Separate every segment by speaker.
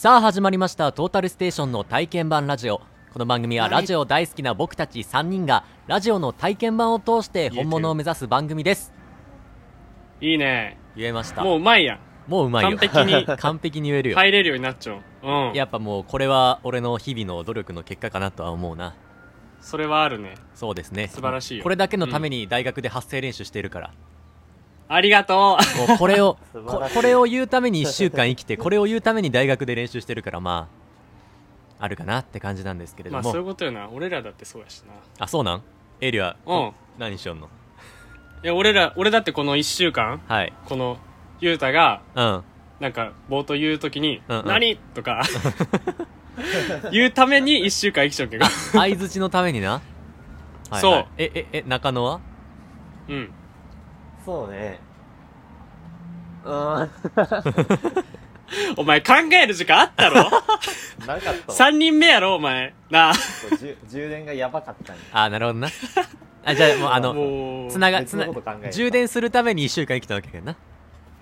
Speaker 1: さあ始まりましたトータルステーションの体験版ラジオこの番組はラジオ大好きな僕たち3人がラジオの体験版を通して本物を目指す番組です
Speaker 2: いいね。
Speaker 1: 言えました
Speaker 2: もううまいやん。
Speaker 1: もううまいよ
Speaker 2: 完璧 に
Speaker 1: 完璧に言えるよ
Speaker 2: 入れるようになっちゃう。うん。
Speaker 1: やっぱもうこれは俺の日々の努力の結果かなとは思うな
Speaker 2: それはあるね。
Speaker 1: そうですね
Speaker 2: 素晴らしいよ
Speaker 1: これだけのために大学で発声練習してるから、
Speaker 2: ありがと
Speaker 1: もうこ れを
Speaker 3: 素晴
Speaker 1: こ
Speaker 3: らしい
Speaker 1: これを言うために1週間生きてこれを言うために大学で練習してるからまああるかなって感じなんですけれ
Speaker 2: う。
Speaker 1: ど
Speaker 2: まあ
Speaker 1: も、
Speaker 2: そういうことよな。俺らだってそうやしな。
Speaker 1: あそうなんエイリは、
Speaker 2: うん。
Speaker 1: 何しよんの
Speaker 2: いや、俺ら、俺だってこの一週間、
Speaker 1: はい
Speaker 2: この、ゆうたが、
Speaker 1: うん
Speaker 2: なんか、冒頭言うときに、
Speaker 1: うんうん
Speaker 2: 何とか、 言うために一週間生きちゃうけど。
Speaker 1: 相づちのためにな、はいはい
Speaker 2: そう
Speaker 1: えええ中野は
Speaker 2: うん。
Speaker 3: そうね。うーん、
Speaker 2: お前考える時間あっ たろ
Speaker 3: なかったわ。
Speaker 2: 三人目やろ、お前。なあ。
Speaker 3: 充充電がやばかったんや。
Speaker 1: あなるほどなあじゃあもうあの
Speaker 2: もう、
Speaker 1: つながつ
Speaker 3: 別
Speaker 1: な
Speaker 3: のこと考えてた
Speaker 1: 充電するために1週間生きたわけやな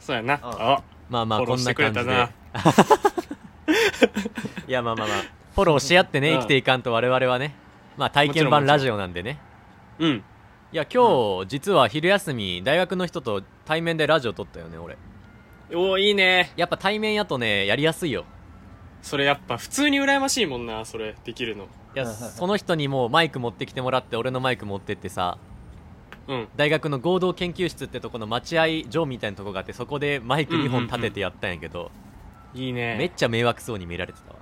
Speaker 2: そうやな。あ、
Speaker 1: まあまあ
Speaker 2: フォロ
Speaker 1: こ
Speaker 2: ー
Speaker 1: ん
Speaker 2: し
Speaker 1: な
Speaker 2: てくれ
Speaker 1: 感じ
Speaker 2: た
Speaker 1: で
Speaker 2: ない
Speaker 1: やまあまあまあフォローし合ってね
Speaker 2: うん
Speaker 1: 生きていかんと我々はねまあ体験版ラジオなんでね
Speaker 2: うん。
Speaker 1: いや今日実は昼休み大学の人と対面でラジオ撮ったよね俺
Speaker 2: おーいいね。
Speaker 1: やっぱ対面やとねやりやすいよ
Speaker 2: それやっぱ普通に羨ましいもんな、それ、できるの。
Speaker 1: いやその人にもうマイク持ってきてもらって俺のマイク持ってってさ
Speaker 2: うん。
Speaker 1: 大学の合同研究室ってとこの待合場みたいなとこがあってそこでマイク2本立ててやったんやけど、
Speaker 2: いいね。
Speaker 1: めっちゃ迷惑そうに見られてたわ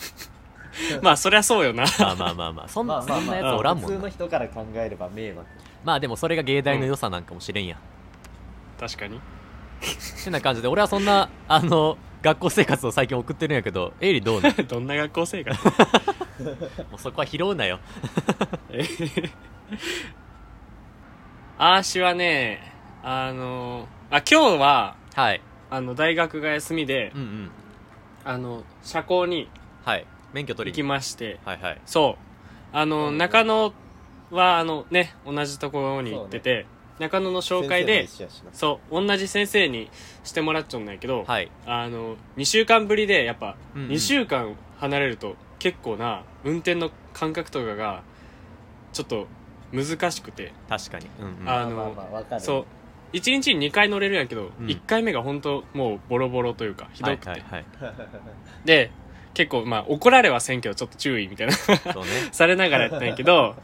Speaker 2: まあそりゃそうよな。
Speaker 1: まあまあまあまあそん,、
Speaker 3: まあまあ
Speaker 1: そん
Speaker 3: ま
Speaker 1: なや
Speaker 3: あ、
Speaker 1: つおらんも
Speaker 3: 普
Speaker 1: ん
Speaker 3: 通
Speaker 1: な
Speaker 3: の人から考えれば迷惑。
Speaker 1: まあでもそれが芸大の良さなんかもしれんや、
Speaker 2: 確かに。
Speaker 1: てな感じで俺はそんなあの学校生活を最近送ってるんやけ どエイリどうね
Speaker 2: どんな学校生活
Speaker 1: もうそこは拾うなよ
Speaker 2: えあーしはね、あのあ、今日は、
Speaker 1: はい
Speaker 2: あの、大学が休みで
Speaker 1: う、んうん
Speaker 2: あの、社交に
Speaker 1: はい免許取
Speaker 2: 行
Speaker 1: り
Speaker 2: き
Speaker 1: に
Speaker 2: まして、
Speaker 1: はいはい
Speaker 2: そう。あの、中野は、あのね、同じところに行ってて、中野の紹介で
Speaker 3: 先、生も一緒やしな
Speaker 2: そう、同じ先生にしてもらっちゃうんだけど、
Speaker 1: はい
Speaker 2: あの、2週間ぶりで、やっぱ、
Speaker 1: うんうん
Speaker 2: 2週間離れると、結構な、運転の感覚とかが、ちょっと、難しくて、
Speaker 1: 確かにうんうん
Speaker 2: あ
Speaker 3: まあ
Speaker 2: の
Speaker 3: まあまあ、わかる。
Speaker 2: そう、1日に2回乗れるんやけど、
Speaker 1: うん
Speaker 2: 1回目が本当もうボロボロというか、ひどくて。
Speaker 1: はいはい
Speaker 2: で、結構、まあ、怒られはせんけど、ちょっと注意みたいな、
Speaker 1: はいそうね
Speaker 2: されながらやったんやけど、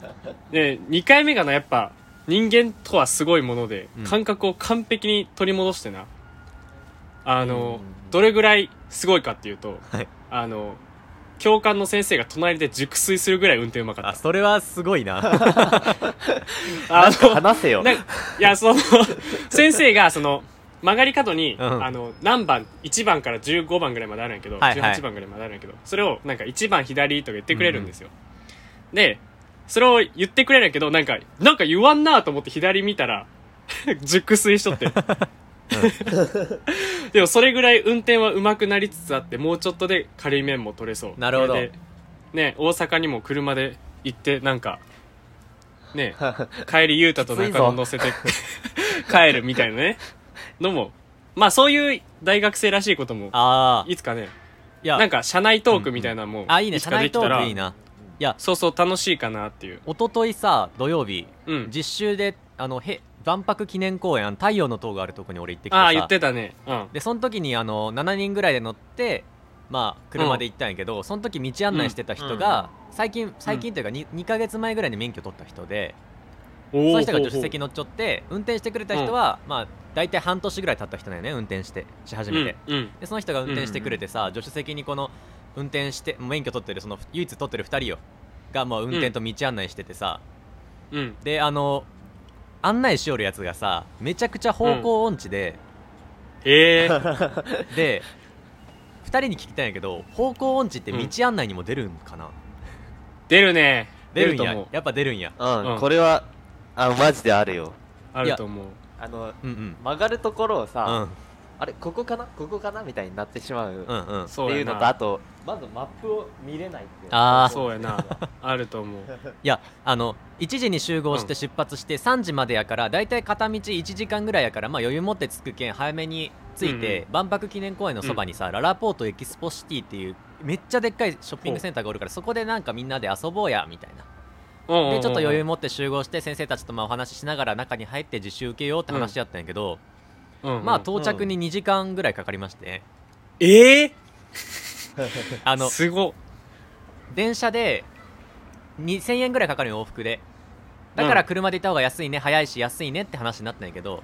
Speaker 2: で、2回目がな、やっぱ、人間とはすごいもので、
Speaker 1: うん
Speaker 2: 感覚を完璧に取り戻してな、あの、
Speaker 3: うん
Speaker 2: どれぐらいすごいかっていうと、
Speaker 1: はい
Speaker 2: あの、教官の先生が隣で熟睡するぐらい運転うまか
Speaker 1: あ
Speaker 2: っ
Speaker 1: それはすご いな
Speaker 2: た。あの、
Speaker 3: 話せよ。
Speaker 2: なんかいや、その、先生が、その、曲がり角に、
Speaker 1: うん
Speaker 2: あの、何番、1番から15番ぐらいまであるんやけど、
Speaker 1: はいはい
Speaker 2: 18番ぐらいまであるんやけど、それを、なんか、1番左とか言ってくれるんですよ。で、それを言ってくれるんやけど、なんか、なんか言わんなと思って左見たら、 熟睡しとって。でも、それぐらい運転は上手くなりつつあって、もうちょっとで軽い面も取れそう。
Speaker 1: なるほど
Speaker 2: これでね、大阪にも車で行って、なんか、ね、 帰り、ゆうたと中野乗せて 帰るみたいなね。のも、まあそういう大学生らしいことも、
Speaker 1: ああ
Speaker 2: いつかね、
Speaker 1: いや
Speaker 2: なんか社内トークみたいなのも、
Speaker 1: あいいね
Speaker 2: つ
Speaker 1: 社
Speaker 2: かで
Speaker 1: 内
Speaker 2: きた
Speaker 1: ト
Speaker 2: ら
Speaker 1: ークいいな
Speaker 2: そうそう、楽しいかなっていう。
Speaker 1: 一昨日さ土曜日
Speaker 2: うん。
Speaker 1: 実習であのへ万博記念公園あの太陽の塔があるとこに俺行ってきてさ
Speaker 2: ああ、言ってたね。うん。
Speaker 1: でその時にあの7人ぐらいで乗ってまあ車で行ったんやけど、その時道案内してた人が、最近最近というか 2, 2ヶ月前ぐらいに免許取った人で、
Speaker 2: お
Speaker 1: そ
Speaker 2: お
Speaker 1: の人が助手席乗っちゃって運転してくれた人は、まあ大体半年ぐらい経った人だよね運転してし始めて、
Speaker 2: うん。うん
Speaker 1: でその人が運転してくれてさ、助手席にこの運転して免許取ってるその唯一取ってる2人よがまあ運転と道案内しててさ、
Speaker 2: うん。
Speaker 1: であの案内しよるやつがさめちゃくちゃ方向音痴で、
Speaker 2: ええ
Speaker 1: で2人に聞きたいんやけど方向音痴って道案内にも出るんかな、
Speaker 2: 出るね。
Speaker 1: 出る
Speaker 2: 出る
Speaker 1: ん
Speaker 2: と
Speaker 1: や
Speaker 2: 思う。
Speaker 1: やっぱ出るんや
Speaker 2: う
Speaker 3: うんん、これは、あの、マジであるよ。
Speaker 2: あると思う。
Speaker 3: あの、
Speaker 1: うんうん
Speaker 3: 曲がるところを
Speaker 1: う
Speaker 3: さ、
Speaker 1: ん
Speaker 3: あれ、ここかなここかなみたいになってしまう。
Speaker 1: うんうん
Speaker 3: っ
Speaker 2: そう
Speaker 3: て
Speaker 2: や
Speaker 3: い
Speaker 2: な
Speaker 3: うのと、あと、まずマップを見れないっていう。
Speaker 1: あー
Speaker 2: そうやな。あると思う。
Speaker 1: いやあの1時に集合して出発して3時までやからだいたい片道1時間ぐらいやからまあ余裕持って着くけん早めに着いて、
Speaker 2: うん
Speaker 1: 万博記念公園のそばにさ、ララポートエキスポシティっていうめっちゃでっかいショッピングセンターがおるからそこでなんかみんなで遊ぼうやみたいな
Speaker 2: うんうんう
Speaker 1: で
Speaker 2: ん
Speaker 1: ちょっと余裕持って集合して先生たちとまあお話ししながら中に入って実習受けようって話やったんやけど、
Speaker 2: うんうん
Speaker 1: まあ到着に2時間ぐらいかかりまして、
Speaker 2: ええ
Speaker 1: あ
Speaker 2: ー、
Speaker 1: の
Speaker 2: すごっ
Speaker 1: 電車で2000円ぐらいかかるよ往復でだか
Speaker 2: う
Speaker 1: ら
Speaker 2: ん
Speaker 1: 車で行った方が安いね早いし安いねって話になったんやけど、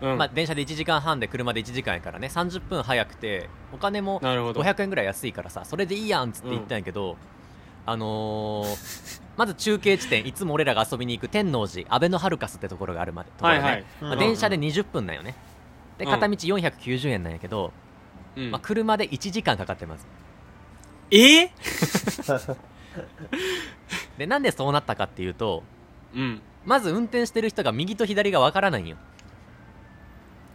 Speaker 2: うん
Speaker 1: まあ電車で1時間半で車で1時間やからね30分早くてお金も
Speaker 2: なるほど
Speaker 1: 500円ぐらい安いからさそれでいいやんっつって言ったんやけど、あのーまず中継地点いつも俺らが遊びに行く天王寺阿部のハルカスってところがあるまでところ
Speaker 2: は
Speaker 1: ね
Speaker 2: いはい、
Speaker 1: ま
Speaker 3: う
Speaker 1: あ、
Speaker 3: ん
Speaker 1: 電車で20分なんよねで
Speaker 2: うん
Speaker 1: 片道490円なんやけど、
Speaker 2: うん
Speaker 1: まあ、車で1時間かかってます
Speaker 2: ええ
Speaker 1: でなんでそうなったかっていうと
Speaker 2: うん
Speaker 1: まず運転してる人が右と左がわからないんよ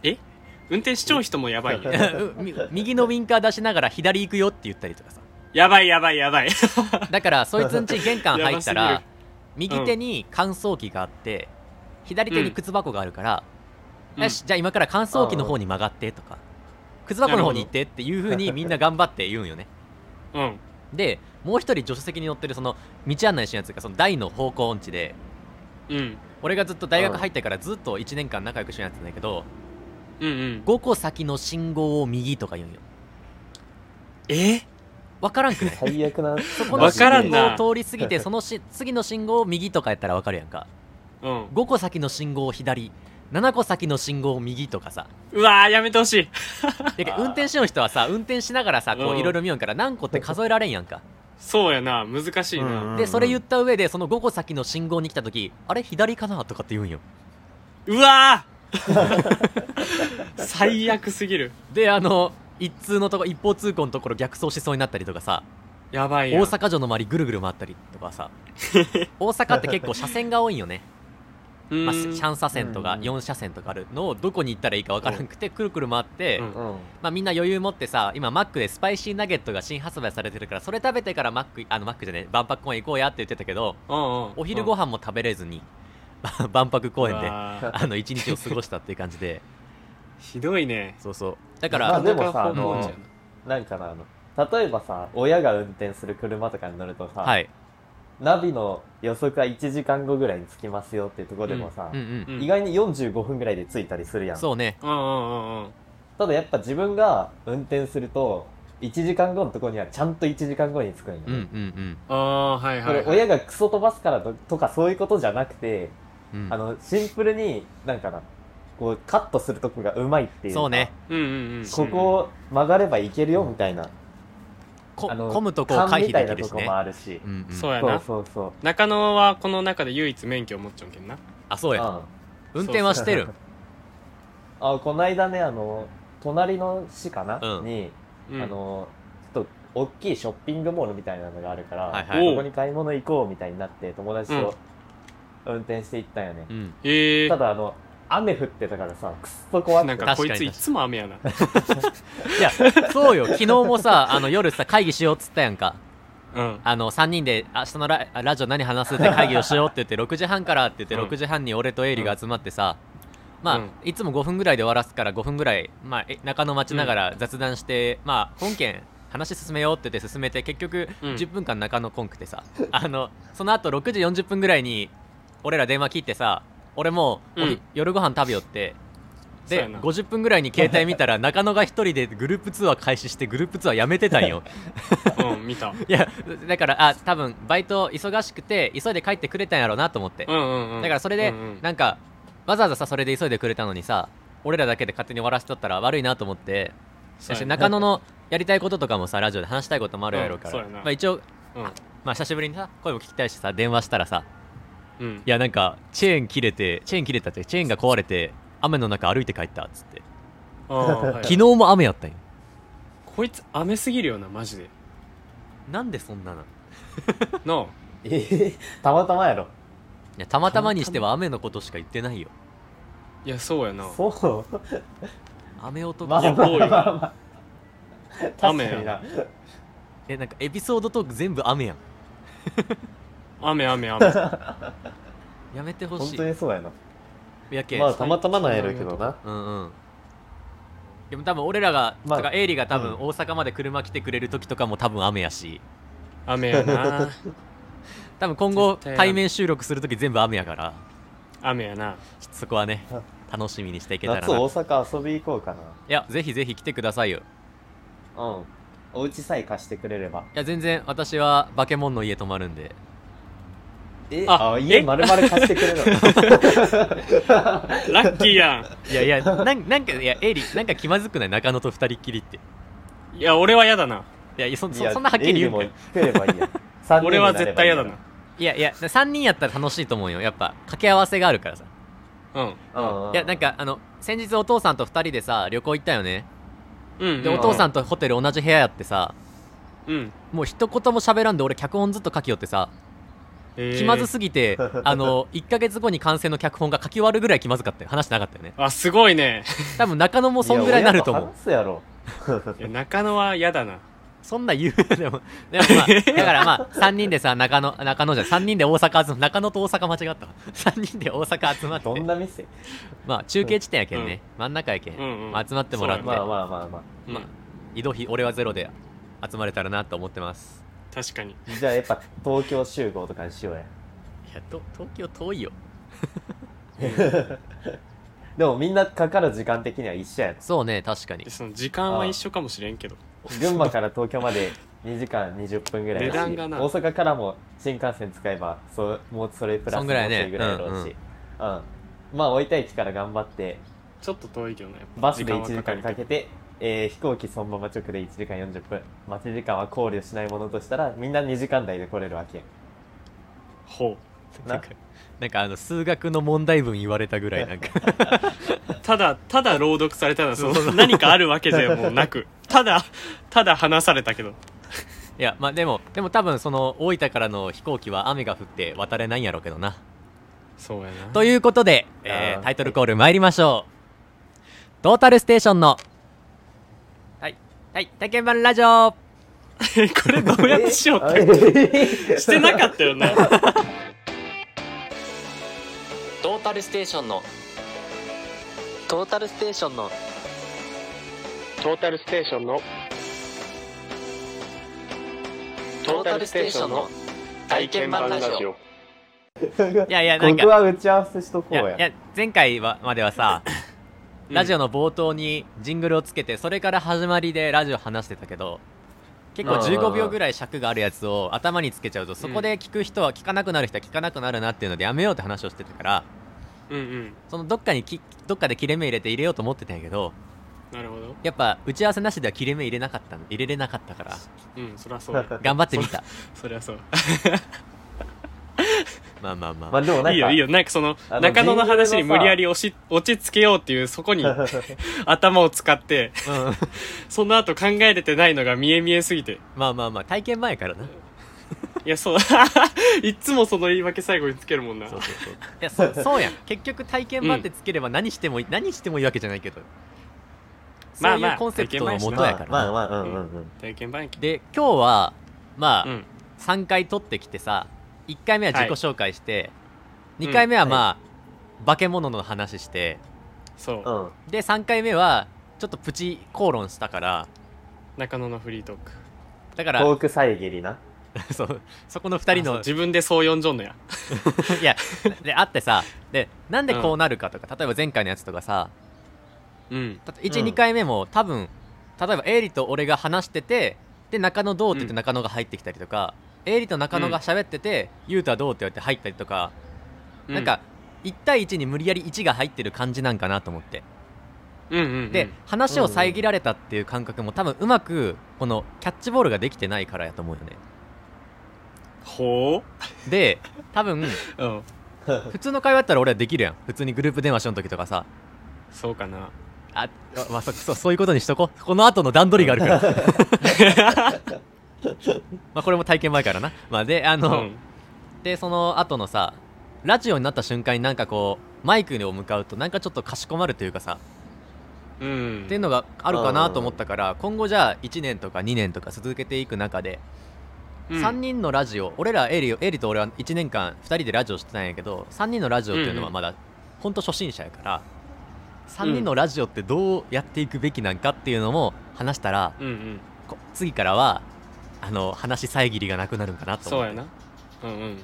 Speaker 2: え運転しちゃう人もやば いね
Speaker 1: み右のウインカー出しながら左行くよって言ったりとかさ
Speaker 2: やばいやばいやばい
Speaker 1: だからそいつんち玄関入った
Speaker 2: やば
Speaker 1: ら
Speaker 2: す
Speaker 1: 右手に乾燥機があって左手に靴箱があるから、
Speaker 2: う ん
Speaker 1: よしじゃあ今から乾燥機の方に曲がってとか靴箱の方に行ってっていう風にみんな頑張って言うんよね
Speaker 2: うん
Speaker 1: でもう一人助手席に乗ってるその道案内してるやつがその台の方向音痴で
Speaker 2: うん
Speaker 1: 俺がずっと大学入ってからずっと1年間仲良くしてるやつなんだけど
Speaker 2: うんうん
Speaker 1: 5個先の信号を右とか言うんよ
Speaker 2: え
Speaker 1: 分からんく ない
Speaker 3: 最悪な。
Speaker 1: そこの
Speaker 2: わ
Speaker 1: 信
Speaker 2: からんな
Speaker 1: 号を通り過ぎてそのし 次の信号を右とかやったら分かるやんか
Speaker 2: うん
Speaker 1: 5個先の信号を左7個先の信号を右とかさ
Speaker 2: うわーやめてほしい
Speaker 1: で 運転しよう人はさ運転しながらさこ
Speaker 2: う
Speaker 1: うんいろいろ見ようから何個って数えられんやんか
Speaker 2: そうやな難しいな、
Speaker 3: う
Speaker 2: うん
Speaker 1: でそれ言った上でその5個先の信号に来た時あれ左かなとかって言うんよ
Speaker 2: わー 最悪すぎる
Speaker 1: であの一通のとこ一方通行のところ逆走しそうになったりとかさ
Speaker 2: やばいや
Speaker 1: 大阪城の周りぐるぐる回ったりとか さ大阪って結構車線が多いんよね、
Speaker 2: うーん
Speaker 1: まあ、3車線とか
Speaker 3: うん
Speaker 1: 4車線とかあるのをどこに行ったらいいか分からなくてくるくる回って、
Speaker 2: うん
Speaker 3: うん。
Speaker 1: まあ、みんな余裕持ってさ今マックでスパイシーナゲットが新発売されてるからそれ食べてからマックあのマックじゃねえ万博公園行こうやって言ってたけど
Speaker 2: うんうん、
Speaker 1: お昼ご飯も食べれずに、 万博公園
Speaker 2: う
Speaker 1: であ
Speaker 2: わー
Speaker 1: の一日を過ごしたっていう感じで
Speaker 2: ひどいね
Speaker 1: そうそうだから、
Speaker 3: まあでもさ
Speaker 2: なかなか本望じゃない
Speaker 3: なんかな、あの、例えばさ、親が運転する車とかに乗るとさ、
Speaker 1: はい、
Speaker 3: ナビの予測は1時間後ぐらいに着きますよっていうところでもさ、
Speaker 1: うんう
Speaker 2: う
Speaker 1: ん
Speaker 2: ん
Speaker 3: 意外に45分ぐらいで着いたりするやん。
Speaker 1: そうね
Speaker 2: うんうんうんうん
Speaker 3: ただやっぱ自分が運転すると、1時間後のところにはちゃんと1時間後に着くんよ
Speaker 1: うんうん
Speaker 3: ね。
Speaker 2: ああはい
Speaker 3: こ
Speaker 2: は
Speaker 3: れ
Speaker 2: い、はい、
Speaker 3: 親がクソ飛ばすからととかそういうことじゃなくて、
Speaker 1: うんうん
Speaker 3: あの、シンプルに、なんかな、こう、カットするとこがうまいっていうか。
Speaker 1: そうね
Speaker 2: うんうんうん
Speaker 3: ここを曲がればいけるよみたいな。
Speaker 1: こ
Speaker 3: あの
Speaker 1: 混むとこを回避でき
Speaker 3: 勘みたい
Speaker 1: る
Speaker 3: な
Speaker 1: し
Speaker 3: とこ
Speaker 1: ね
Speaker 3: もあるし。
Speaker 1: うんうん
Speaker 2: そうや
Speaker 3: そう
Speaker 2: な
Speaker 3: そうそう。
Speaker 2: 中野はこの中で唯一免許を持っちゃうけんな
Speaker 1: あそうや
Speaker 3: あ
Speaker 1: 運転はしてるん
Speaker 3: あこの間ねあの隣の市かな、
Speaker 1: うん
Speaker 3: に、
Speaker 2: うん
Speaker 3: あのちょっと大きいショッピングモールみたいなのがあるから、
Speaker 1: はい
Speaker 2: はい
Speaker 3: そこに買い物行こうみたいになって友達と運転して行ったよね、
Speaker 1: うん
Speaker 2: ええ
Speaker 3: ただあの雨降ってたからさくっそ怖くて
Speaker 2: なんかこ
Speaker 1: 確
Speaker 2: い
Speaker 1: か
Speaker 2: つ
Speaker 1: に
Speaker 2: いつも雨 やない
Speaker 1: やそうよ昨日もさあの夜さ会議しようっつったやんか
Speaker 2: うん
Speaker 1: あの3人で明日のララジオ何話すって会議をしようっ て言って6時半からって言って
Speaker 2: うん
Speaker 1: 6時半に俺とエイリが集まってさ、まあ
Speaker 2: うん
Speaker 1: いつも5分ぐらいで終わらすから5分ぐらい、まあ、え中野待ちながら雑談して、まあ本件話進めようって言って進めて結局
Speaker 2: うん
Speaker 1: 10分間中野コンクてさ、 あのその後6時40分ぐらいに俺ら電話切ってさ俺もうおひ
Speaker 2: うん
Speaker 1: 夜ご飯食べよって
Speaker 2: そ
Speaker 1: で
Speaker 2: うやな
Speaker 1: 50分ぐらいに携帯見たら中野が1人でグループツアー開始してグループツアーやめてたんよ
Speaker 2: うん見た
Speaker 1: いやだからあ多分バイト忙しくて急いで帰ってくれたんやろうなと思って、
Speaker 2: うんうんうん
Speaker 1: だからそれで、
Speaker 2: うんうん
Speaker 1: なんかわざわざさそれで急いでくれたのにさ俺らだけで勝手に終わらせとったら悪いなと思って
Speaker 2: そうやな
Speaker 1: 中野のやりたいこととかもさラジオで話したいこともあるやろうから、
Speaker 2: うんそうやな
Speaker 1: まあ、一応、
Speaker 2: うん
Speaker 1: まあ、久しぶりにさ声も聞きたいしさ電話したらさ
Speaker 2: うん
Speaker 1: いやなんかチェーン切れてチェーン切れたってチェーンが壊れて雨の中歩いて帰ったっつって
Speaker 2: ああはい
Speaker 1: 昨日も雨やったんよ
Speaker 2: こいつ雨すぎるよなマジで
Speaker 1: なんでそんなのい
Speaker 2: の
Speaker 3: えー たまたまやろ
Speaker 1: やたまたまにしては雨のことしか言ってないよ
Speaker 2: いやそうやな
Speaker 3: そう
Speaker 1: 雨男、
Speaker 3: まあまあ
Speaker 2: どうよ
Speaker 3: まあまあ確か
Speaker 2: 雨
Speaker 3: にな
Speaker 1: えなんかエピソードトーク全部雨やん
Speaker 2: 雨雨雨
Speaker 1: やめてほ
Speaker 3: 本
Speaker 1: し
Speaker 3: 当にそうやな、
Speaker 1: いやけ
Speaker 3: まあたまたまなんやろうけどな
Speaker 1: うんうんでも多分俺らが、
Speaker 3: まあ
Speaker 1: とかエイリが多分
Speaker 3: うん
Speaker 1: 大阪まで車来てくれる時とかも多分雨やし
Speaker 2: 雨やな
Speaker 1: 多分今後
Speaker 2: 絶対雨
Speaker 1: 対面収録する時全部雨やから
Speaker 2: 雨やな
Speaker 1: ちょっとそこはね
Speaker 3: うん
Speaker 1: 楽しみにしていけたら
Speaker 3: 夏
Speaker 1: ない
Speaker 3: 大阪遊び行こうか
Speaker 1: やぜひぜひ来てくださいよ
Speaker 3: なうんお家さえ貸してくれれば
Speaker 1: いや全然私はバケモンの家泊まるんで
Speaker 3: え
Speaker 2: あ
Speaker 3: あ家
Speaker 2: え
Speaker 3: 丸々貸してくれる の
Speaker 2: ラッキーや
Speaker 1: いや いやなんなんかいやエイリなんか気まずくない中野と二人っきりってい
Speaker 2: んいや俺は嫌だない
Speaker 1: やいやそ
Speaker 3: い
Speaker 1: そ
Speaker 3: や
Speaker 1: そんなはっきり言う
Speaker 3: 家
Speaker 1: ん
Speaker 3: に
Speaker 1: か
Speaker 3: も食えればいいや 三人に
Speaker 2: 俺
Speaker 3: な
Speaker 2: は
Speaker 3: ればいいん
Speaker 2: 絶対嫌だない
Speaker 1: やいや3人やったら楽しいと思うよやっぱ掛け合わせがあるからさ
Speaker 2: うん
Speaker 3: うんうん
Speaker 1: いやなんかあの先日お父さんと2人でさ旅行行ったよね
Speaker 2: うん
Speaker 1: でお
Speaker 2: う
Speaker 1: 父さんとホテル同じ部屋やってさ
Speaker 2: うん
Speaker 1: もう一言も喋らんで俺脚本ずっと書きよってさ
Speaker 2: えー
Speaker 1: 気まずすぎ てあの1ヶ月後に完成の脚本が書き終わるぐらい気まずかったよ話してなかったよね
Speaker 2: あすごいね
Speaker 1: 多分中野もそんぐらいになると思
Speaker 3: や
Speaker 1: う
Speaker 3: 親話すやろ
Speaker 2: いや中野は嫌だな
Speaker 1: そんな言うでもでも、ま あ、だからまあ3人でさ中野中野じゃ3人で大阪集ま中野と大阪間違った3人で大阪集まって
Speaker 3: どんな店
Speaker 1: まあ中継地点やけんね、真ん中やけん、
Speaker 2: うんうん
Speaker 1: まあ、集まってもらって、
Speaker 2: そう
Speaker 3: まあまあまあま
Speaker 2: ま
Speaker 1: 移動費俺はゼロで集まれたらなと思ってます
Speaker 2: あ確かに
Speaker 3: あじゃあやっぱ東京集合とかにしようや
Speaker 1: いやと東京遠いよ
Speaker 3: でもみんなかかる時間的には一緒やな
Speaker 1: そうね確かに
Speaker 2: でその時間は一緒かもしれんけど
Speaker 3: 群馬から東京まで2時間20分ぐらいだし
Speaker 2: 値段がな
Speaker 3: 大阪からも新幹線使えばそうもうそれプ
Speaker 1: そ
Speaker 3: ラス
Speaker 1: んぐ
Speaker 3: もうち
Speaker 1: ら
Speaker 3: ょ
Speaker 1: いね
Speaker 3: いぐらいだろうし、うんまあ大分駅から頑張って
Speaker 2: ちょっと遠いけどね
Speaker 3: バスで1
Speaker 2: る
Speaker 3: 時間
Speaker 2: けど
Speaker 3: かけて、えー飛行機そのまま直で1時間40分待ち時間は考慮しないものとしたらみんな2時間台で来れるわけ
Speaker 2: ほ
Speaker 1: なん
Speaker 3: な
Speaker 1: かなんかあの数学の問題文言われたぐらいなんか
Speaker 2: うただただ朗読されたらその何かあるわけじゃもうなくただただ話されたけど
Speaker 1: いやまあでもでも多分その大分からの飛行機は雨が降って渡れないんやろうけどな
Speaker 2: そうやな
Speaker 1: ということで、え
Speaker 3: あ
Speaker 1: ー
Speaker 3: ー
Speaker 1: タイトルコール参りましょうトータルステーションのはいはい体験版ラジオ
Speaker 2: えこれどうやってしようって して なかったよな
Speaker 1: トータルステーションのトータルステーションの
Speaker 4: トータルステーションのトータルステーションの体験版ラジオ
Speaker 1: いやいやなん
Speaker 3: 僕
Speaker 1: か
Speaker 3: は打ち合わせしとこ
Speaker 1: いう
Speaker 3: や
Speaker 1: やいや前回はまではさ、
Speaker 2: うん
Speaker 1: ラジオの冒頭にジングルをつけてそれから始まりでラジオ話してたけど結構
Speaker 3: うんうんうん
Speaker 1: 15秒ぐらい尺があるやつを頭につけちゃうとそこで聞く人は聞かなくなる人は聞かなくなるなっていうのでやめようって話をしてたから
Speaker 2: うんうん
Speaker 1: そのどっかにきどっかで切れ目入れて入れようと思ってたんやけど
Speaker 2: なるほど
Speaker 1: やっぱ打ち合わせなしでは切れ目入れなかったの入れれなかったから
Speaker 2: うんそりゃそう や
Speaker 1: 頑張ってみた
Speaker 2: そりゃそう
Speaker 1: まあまあまあ、
Speaker 3: まあでもなんか
Speaker 2: いいよ いいよなんかその
Speaker 3: あの
Speaker 2: 中野の話に
Speaker 3: ジン
Speaker 2: 無
Speaker 3: グルのさ
Speaker 2: 理やり押し落ち着けようっていうそこ に頭を使って
Speaker 1: うん
Speaker 2: その後考えれてないのが見え見えすぎて
Speaker 1: まあまあまあ体験前からな
Speaker 2: いやそう いっつもその言い訳最後につけるもんな
Speaker 1: そうそうそういやそそうやん結局体験版ってつければ何してもいい、何してもいいわけじゃないけどそう
Speaker 2: まあまあ
Speaker 1: いうコンセプトの
Speaker 2: 体験版やしな
Speaker 1: 元
Speaker 3: ま
Speaker 1: や
Speaker 3: あ
Speaker 1: から、
Speaker 3: まあまあうんうんうん
Speaker 2: 体験版やけ
Speaker 1: で今日はまあ、
Speaker 2: うん
Speaker 1: 3回撮ってきてさ1回目は自己紹介して、
Speaker 2: い
Speaker 1: 2回目はまあ、化け物の話して
Speaker 2: そう、
Speaker 3: うん
Speaker 1: で3回目はちょっとプチ口論したから
Speaker 2: 中野のフリートーク
Speaker 1: だから
Speaker 3: トーク遮りな
Speaker 1: そうそこの2人
Speaker 2: あそう
Speaker 1: の
Speaker 2: 自分でそう呼んじょんのや
Speaker 1: いやであってさでなんでこうなるかとか、例えば前回のやつとかさ
Speaker 2: うん
Speaker 1: 12、
Speaker 3: うん
Speaker 1: 2回目も多分例えばエイリと俺が話しててで中野どうって言って中野が入ってきたりとか、エイリと中野が喋ってて、ユウタどうって言われて入ったりとか、
Speaker 2: うん
Speaker 1: なんか1対1に無理やり1が入ってる感じなんかなと思って
Speaker 2: うんうんうん
Speaker 1: で、話を遮られたっていう感覚も多分うまくこのキャッチボールができてないからやと思うよね
Speaker 2: ほ
Speaker 1: で多 分
Speaker 2: ううん
Speaker 1: 普通の会話だったら俺はできるやん普通にグループ電話しの時とかさ
Speaker 2: そうかな
Speaker 1: あ、 まあ、そそそういうことにしとここの後の段取りがあるから まあこれも体験前からな。まあで、あ
Speaker 2: う
Speaker 1: の、
Speaker 2: ん
Speaker 1: で、その後のさ、ラジオになった瞬間になんかこう、マイクに向かうとなんかちょっとかしこまるというかさ、
Speaker 2: うん
Speaker 1: っていうのがあるかなと思ったから、今後じゃあ1年とか2年とか続けていく中で、
Speaker 2: うん
Speaker 1: 3人のラジオ、俺らエリ、エリと俺は1年間2人でラジオしてたんやけど、3人のラジオっていうのはまだ、ほんと初心者やから、 3人のラジオってどうやっていくべきなんかっていうのも話したら、
Speaker 2: うんうん
Speaker 1: こ次からはあの話遮りがなくなるんかなと思
Speaker 2: そう
Speaker 1: って
Speaker 2: やなうんうんうんうん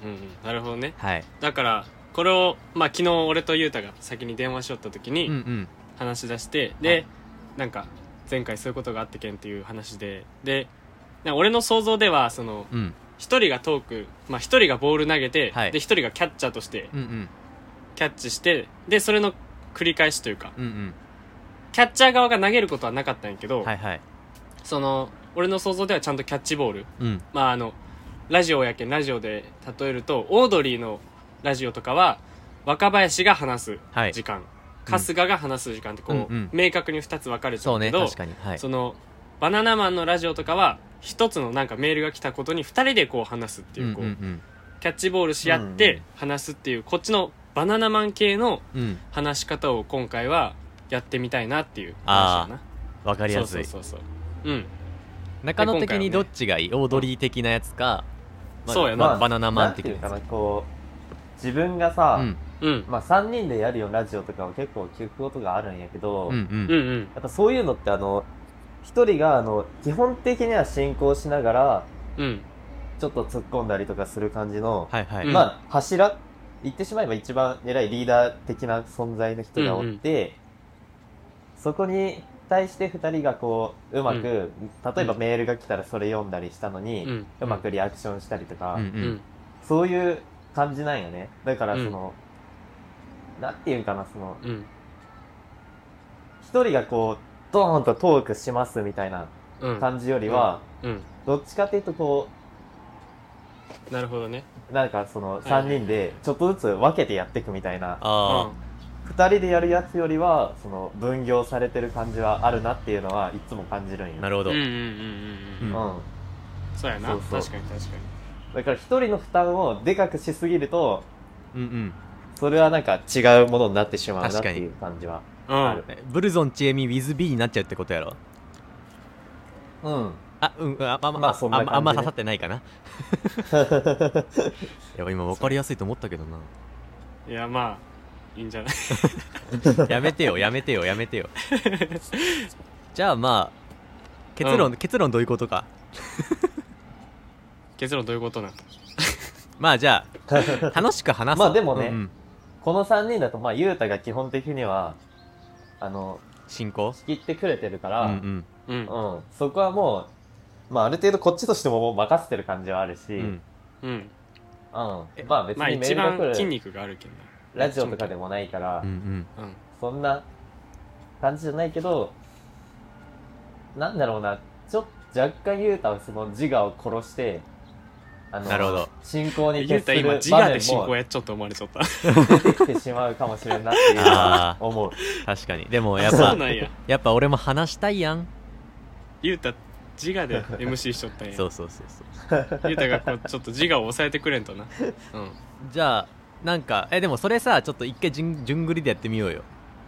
Speaker 2: なるほどね
Speaker 1: はい
Speaker 2: だからこれをまあ昨日俺と雄太が先に電話しよった時
Speaker 1: うんう
Speaker 2: に
Speaker 1: ん
Speaker 2: 話し出して、
Speaker 1: は
Speaker 2: で
Speaker 1: い
Speaker 2: なんか前回そういうことがあってけんっていう話ででなんか俺の想像ではその
Speaker 1: うん
Speaker 2: 一人がトークまあ一人がボール投げて、
Speaker 1: はい
Speaker 2: で一人がキャッチャーとして
Speaker 1: うんうん
Speaker 2: キャッチしてでそれの繰り返しというか
Speaker 1: うんうん
Speaker 2: キャッチャー側が投げることはなかったんやけど、
Speaker 1: はいはい
Speaker 2: その俺の想像ではちゃんとキャッチボール
Speaker 1: うん
Speaker 2: まああのラジオやけんラジオで例えるとオードリーのラジオとかは若林が話す
Speaker 1: はい
Speaker 2: 時間、春日が話す時間ってこう、
Speaker 1: うんうん
Speaker 2: 明確に2つ分かれちゃ
Speaker 1: そうう
Speaker 2: け
Speaker 1: ね
Speaker 2: ど
Speaker 1: 確かにはい
Speaker 2: そのバナナマンのラジオとかは一つのなんかメールが来たことに2人でこう話すっていう,、こう
Speaker 1: うん
Speaker 2: キャッチボールし合っ
Speaker 3: うんう
Speaker 2: て
Speaker 3: ん
Speaker 2: 話すっていう、こっちのバナナマン系の
Speaker 1: うんうん
Speaker 2: 話し方を今回はやってみたいなっていう話
Speaker 1: あ
Speaker 2: だな
Speaker 1: わかりやすい
Speaker 2: そうそうそうそううん
Speaker 1: 中野的
Speaker 2: で
Speaker 1: に
Speaker 2: 今
Speaker 1: ど
Speaker 2: 回は
Speaker 1: っ
Speaker 2: ね
Speaker 1: ちがいいオードリー的なやつか、まあ
Speaker 2: そうやな
Speaker 1: まあバナナマン的
Speaker 3: な
Speaker 1: なん
Speaker 3: ていう
Speaker 1: や
Speaker 3: か
Speaker 1: つ
Speaker 3: なこう自分がさ、
Speaker 1: うん
Speaker 2: うん
Speaker 3: まあ3人でやるようなラジオとかは結構聞くことがあるんやけど、
Speaker 1: うんうん
Speaker 2: うんうん
Speaker 3: やっぱそういうのってあの一人があの基本的には進行しながら
Speaker 2: うん
Speaker 3: ちょっと突っ込んだりとかする感じの、
Speaker 1: はいはい、
Speaker 2: うん
Speaker 3: まあ柱言ってしまえば一番偉いリーダー的な存在の人がおって、そこに対して二人がこううまく、
Speaker 2: う
Speaker 3: 例えば
Speaker 2: うん
Speaker 3: メールが来たらそれ読んだりしたのに、
Speaker 2: うん
Speaker 3: うまくリアクションしたりとか、
Speaker 1: うんう
Speaker 2: うんん
Speaker 3: そういう感じなんよねだからその、なんていうんかなその
Speaker 2: うん
Speaker 3: 一人がこうドーンとトークしますみたいな
Speaker 2: うん
Speaker 3: 感じよりは、
Speaker 2: うん
Speaker 3: どっちかっていうとこ
Speaker 2: なるほどね
Speaker 3: うなんかその
Speaker 2: い
Speaker 3: 3人でちょっとずつ分けてやっていくみたいな、
Speaker 1: あ
Speaker 3: 2人でやるやつよりはその分業されてる感じはあるなっていうのはいつも感じるん
Speaker 1: あ
Speaker 3: よ
Speaker 1: なるほ
Speaker 2: う
Speaker 1: ど、
Speaker 2: んうんうんうんうん
Speaker 1: ほ
Speaker 3: うん、
Speaker 2: そうやな
Speaker 3: そうそう
Speaker 2: 確かに確か
Speaker 3: だから1人の負担をでかくしすぎると
Speaker 1: うんうん
Speaker 3: それはなんか違うものになってしまうなっていう感じはあ
Speaker 2: に
Speaker 3: る
Speaker 1: えブルゾンちえみ WithB になっちゃうってことやろ
Speaker 3: うん
Speaker 1: あうんああ,、ま
Speaker 3: まあそんな感じね
Speaker 1: あんま刺さってないかな やばい今分かりやすいと思ったけどな
Speaker 2: うんいやまあいいんじゃない
Speaker 1: やめてよやめてよやめてよじゃあまあ結論、
Speaker 2: うん
Speaker 1: 結論どういうことか
Speaker 2: 結論どういうことなの
Speaker 1: まあじゃあ楽しく話そう
Speaker 3: まあでもね
Speaker 1: うんうん
Speaker 3: この3人だとまあ雄太が基本的にはあの
Speaker 1: 進行
Speaker 3: 仕切ってくれてるか
Speaker 1: う
Speaker 3: ら、
Speaker 1: んうん
Speaker 2: うん
Speaker 3: うん、そこはもう、まあ、ある程度こっちとしてももう任せてる感じはある
Speaker 1: う
Speaker 3: し、うん
Speaker 1: ん
Speaker 2: うん
Speaker 3: まあ別に
Speaker 2: まあ
Speaker 3: メ
Speaker 2: 一
Speaker 3: ールが
Speaker 2: 番筋
Speaker 3: 来る
Speaker 2: 肉があるけん
Speaker 3: ラジオとかでもないから、
Speaker 1: うんうん
Speaker 2: なうん
Speaker 3: そんな感じじゃないけどなんだろうなちょっと若干雄太はその自我を殺してあの
Speaker 1: なるほど
Speaker 3: 進行に
Speaker 2: ゆ
Speaker 3: 徹
Speaker 2: う
Speaker 3: す
Speaker 2: た
Speaker 3: る
Speaker 2: 今自
Speaker 3: 場
Speaker 2: 我で
Speaker 3: 面
Speaker 2: 進行
Speaker 3: も
Speaker 2: やっちゃったと思われちゃった
Speaker 3: 出てきてしまうかもしれんなっていうの は
Speaker 1: あー
Speaker 3: 思う
Speaker 1: 確かにでもやっ
Speaker 2: そ
Speaker 1: ぱ
Speaker 2: うなんや
Speaker 1: やっぱ俺も話したいやん
Speaker 2: ゆうた自我で MC しちゃったんや
Speaker 1: そうそうそうそう
Speaker 2: ゆうたがこうちょっと自我を抑えてくれんとなうん
Speaker 1: じゃあなんかえでもそれさちょっと一回じゅんじゅんぐりでやってみようよ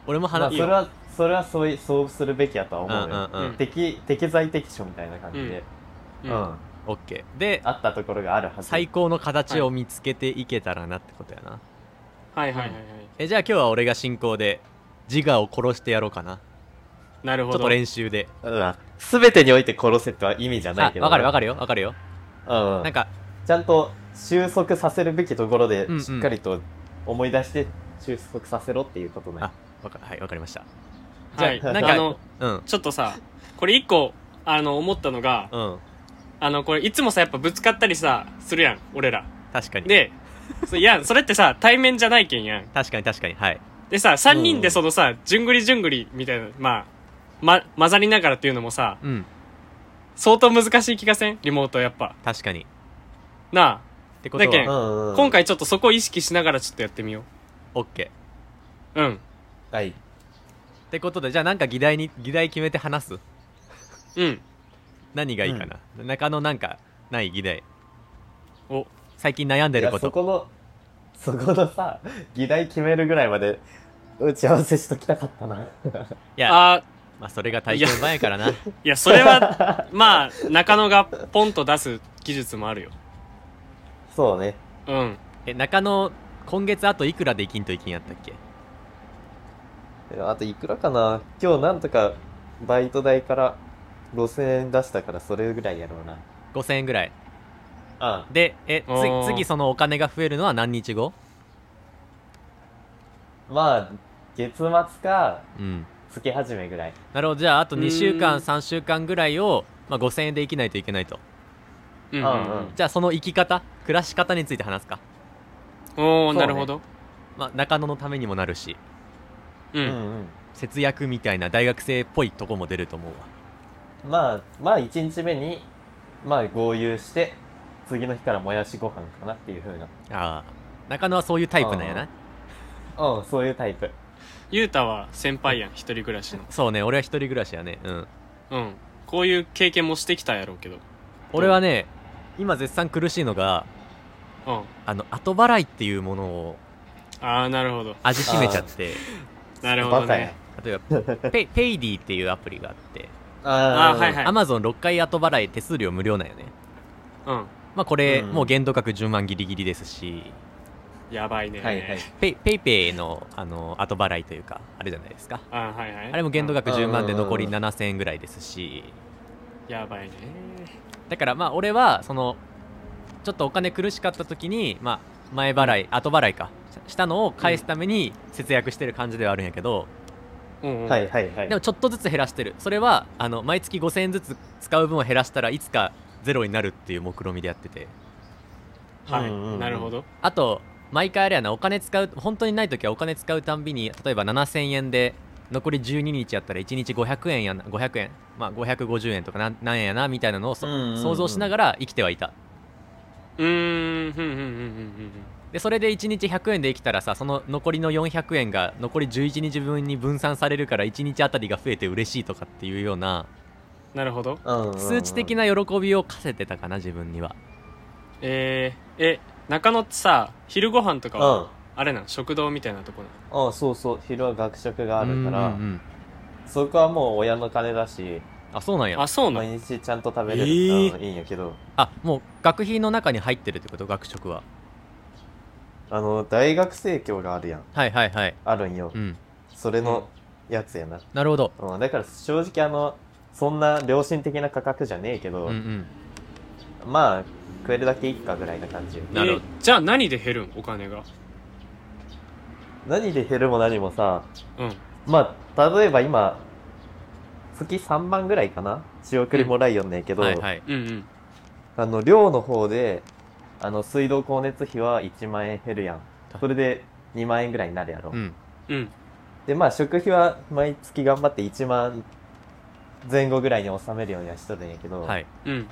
Speaker 1: 俺も
Speaker 3: まあ、
Speaker 1: 話
Speaker 3: そ
Speaker 1: す
Speaker 3: れはそれはそういそうするべきやとは思うよ、
Speaker 1: うんうんうん
Speaker 3: 適適材適所みたいな感じで、
Speaker 2: う
Speaker 3: うん
Speaker 2: ん
Speaker 1: オッケーで
Speaker 3: あったところがあるはず
Speaker 1: 最高の形を見つけていけたらなってことやな、
Speaker 2: はいはいはいはい
Speaker 1: えじゃあ今日は俺が進行で自我を殺してやろうかな
Speaker 2: なる
Speaker 1: ちょっ
Speaker 2: ほ
Speaker 1: と
Speaker 2: ど
Speaker 1: 練習で
Speaker 3: うん、全てにおいて殺せとは意味じゃない
Speaker 1: あ
Speaker 3: けど
Speaker 1: 分かる分か
Speaker 3: る、
Speaker 1: るよ分かるよ
Speaker 3: うん
Speaker 1: なんか
Speaker 3: ちゃんと収束させるべきところで
Speaker 1: うんうん
Speaker 3: しっかりと思い出して収束させろっていうことね、
Speaker 1: あわかはい分かりました
Speaker 2: はい
Speaker 1: じゃあな
Speaker 2: な
Speaker 1: んんか
Speaker 2: かあの
Speaker 1: うん
Speaker 2: ちょっとさこれ一個あの思ったのが
Speaker 1: うん
Speaker 2: あのこれいつもさやっぱぶつかったりさするやん俺ら
Speaker 1: 確かに
Speaker 2: で、そういや、それ ってさ、対面じゃないけんやん。
Speaker 1: 確かに確かにはい
Speaker 2: でさ、3人
Speaker 3: う
Speaker 2: で
Speaker 3: ん
Speaker 2: そのさ、じゅんぐりじゅんぐりみたいな、まあ、ま、混ざりながらっていうのもさ、
Speaker 1: うん
Speaker 2: 相当難しい気がせんリモートやっぱ。
Speaker 1: 確かにっ
Speaker 2: な
Speaker 1: てこと
Speaker 2: だけん
Speaker 1: は
Speaker 3: うんうん
Speaker 2: あ、今回ちょっとそこを意識しながらちょっとやってみよ
Speaker 1: OK っ
Speaker 2: う。うん。
Speaker 3: はい
Speaker 1: てことでじゃあなんか議題に議題決めて話す
Speaker 2: うん。
Speaker 1: 何がいいかな、中野なんかない議題
Speaker 2: お、
Speaker 1: 最近悩んで
Speaker 3: い
Speaker 1: る
Speaker 3: や
Speaker 1: こ
Speaker 3: そ
Speaker 1: と
Speaker 3: このそこのさ議題決めるぐらいまで打ち合わせしときたかったな
Speaker 1: いや
Speaker 2: あ
Speaker 1: まあそれが体験前からな
Speaker 2: ーいや、それは、 まあ、中野がポンと出す技術もあるよ。
Speaker 3: そうね
Speaker 2: うん。
Speaker 1: え中野今月あといくらできんといきんやったっけ
Speaker 3: えあといくらかな今日なんとかバイト代から5000円出したからそれぐらいやろうな
Speaker 1: 5000円ぐらい
Speaker 3: あ
Speaker 1: でえ
Speaker 2: あー
Speaker 1: つ次そのお金が増えるのは何日後
Speaker 3: あまあ月末か
Speaker 1: うん
Speaker 3: 月始めぐらい
Speaker 1: なるほどじゃああと2週
Speaker 2: うー
Speaker 1: 間
Speaker 2: ん
Speaker 1: 3週間ぐらいを、まあ、5000円で生きないといけないと
Speaker 2: うんう
Speaker 3: うん
Speaker 2: ん
Speaker 1: じゃあその生き方暮らし方について話すか、
Speaker 2: うんお
Speaker 3: そ
Speaker 2: お
Speaker 3: うね
Speaker 2: なるほど
Speaker 1: まあ、中野のためにもなるし
Speaker 2: う
Speaker 3: うん
Speaker 2: ん
Speaker 1: 節約みたいな大学生っぽいとこも出ると思うわ
Speaker 3: うんまあまあ1日目にまあ合流して次の日からもやしご飯かなっていうふうな
Speaker 1: ああ中野はそういうタイプなんや
Speaker 3: あ
Speaker 1: な
Speaker 3: うんそういうタイプ
Speaker 2: ゆうたは先輩やん一人暮らしの
Speaker 1: そうね俺は一人暮らしやねうん
Speaker 2: うんこういう経験もしてきたやろうけど
Speaker 1: 俺はね今絶賛苦しいのが
Speaker 2: うんあ
Speaker 1: あの後払いっていうものを
Speaker 2: あーなるほど
Speaker 1: 味しめちゃって
Speaker 2: なるほ
Speaker 3: バ
Speaker 2: ど
Speaker 3: カや
Speaker 2: ね
Speaker 1: 例えばペイペイディっていうアプリがあって
Speaker 2: ああーはい
Speaker 1: ア
Speaker 2: はい
Speaker 1: マゾン6回後払い手数料無料なんよね
Speaker 2: うん
Speaker 1: まあこれ、
Speaker 3: うん
Speaker 1: もう限度額10万ギリギリですし
Speaker 2: やばいね
Speaker 3: はいはい
Speaker 1: ペイペイペイのあの後払いというかあれじゃないですか
Speaker 2: あーはいはい
Speaker 1: あれも限度額10万で
Speaker 3: うんうんうん
Speaker 1: 残り7000円ぐらいですし
Speaker 2: やばいね
Speaker 1: だからまあ俺はそのちょっとお金苦しかった時に、まあ、前払い後払いかしたのを返すために節約してる感じではあるんやけど、
Speaker 2: うんうん
Speaker 3: はいはいはい
Speaker 1: でもちょっとずつ減らしてるそれはあの毎月5000円ずつ使う分を減らしたらいつかゼロになるっていう目論見みでやってて
Speaker 2: はい
Speaker 3: うんうんうん
Speaker 2: なるほど
Speaker 1: あと毎回あれやなお金使う本当にない時はお金使うたんびに例えば7000円で残り12日やったら1日500円やな500円まあ550円とかなんなん円やなみたいなのをそ、
Speaker 3: うんうんうん
Speaker 1: 想像しながら生きてはいた
Speaker 2: うーんふんふんふんふん
Speaker 1: でそれで1日100円で生きたらさその残りの400円が残り11日分に分散されるから1日あたりが増えて嬉しいとかっていうような
Speaker 2: ふんなるほど
Speaker 3: うんうんうん
Speaker 1: 数値的な喜びを課せてたかな自分には
Speaker 2: えー、え中野ってさ昼ご飯とか
Speaker 3: う
Speaker 2: は
Speaker 3: ん
Speaker 2: あれなん食堂みたいなとこなの
Speaker 3: あそうそう昼は学食があるか
Speaker 1: うん
Speaker 3: ら
Speaker 1: うんうん
Speaker 3: そこはもう親の金だし
Speaker 1: あそうなんや
Speaker 2: あそうなの
Speaker 3: 毎日ちゃんと食べれる、
Speaker 2: えー
Speaker 3: うんいいんやけど
Speaker 1: あもう学費の中に入ってるってこと学食は
Speaker 3: あの大学生協があるやん
Speaker 1: はいはいはい
Speaker 3: あるんよ、
Speaker 1: うん
Speaker 3: それのやつやな、
Speaker 1: なるほど
Speaker 3: うん、だから正直あのそんな良心的な価格じゃねえけど、
Speaker 1: うんうん
Speaker 3: まあ食えるだけいいかぐらいな感じ
Speaker 1: なるほど
Speaker 2: えじゃあ何で減るんお金が
Speaker 3: 何で減るも何もさ
Speaker 2: うん
Speaker 3: まあ例えば今月3万ぐらいかな仕送りもらいよんねんけど、
Speaker 1: はいはい
Speaker 2: うんうん
Speaker 3: あの寮の方であの水道光熱費は1万円減るやんそれで2万円ぐらいになるやろ、
Speaker 1: うん
Speaker 2: うん
Speaker 3: でまあ食費は毎月頑張って1万前後ぐらいに収めるようにはしとるんやけど、、
Speaker 1: はいい
Speaker 2: うん
Speaker 3: うん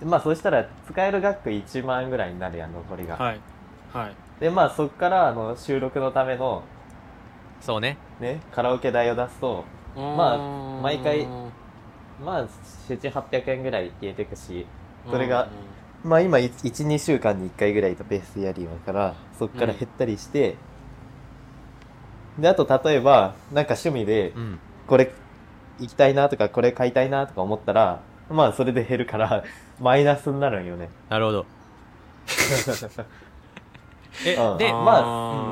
Speaker 3: でまあそうしたら使える額1万円ぐらいになるやん残りが、
Speaker 2: はいはい
Speaker 3: でまあそっからあの収録のための
Speaker 1: そうね
Speaker 3: ねカラオケ代を出すとまあ
Speaker 2: ま
Speaker 3: 毎回まあ7800円ぐらい消えてくしそれがまあ今12週間に1回ぐらいとペースやりようからそっから減ったりして、であと例えばなんか趣味で
Speaker 1: うん
Speaker 3: これ行きたいなとかこれ買いたいなとか思ったらまあそれで減るから マイナスになるんよ ね。
Speaker 1: なるほどえ
Speaker 3: うん
Speaker 1: で
Speaker 3: ま
Speaker 2: あ
Speaker 3: あ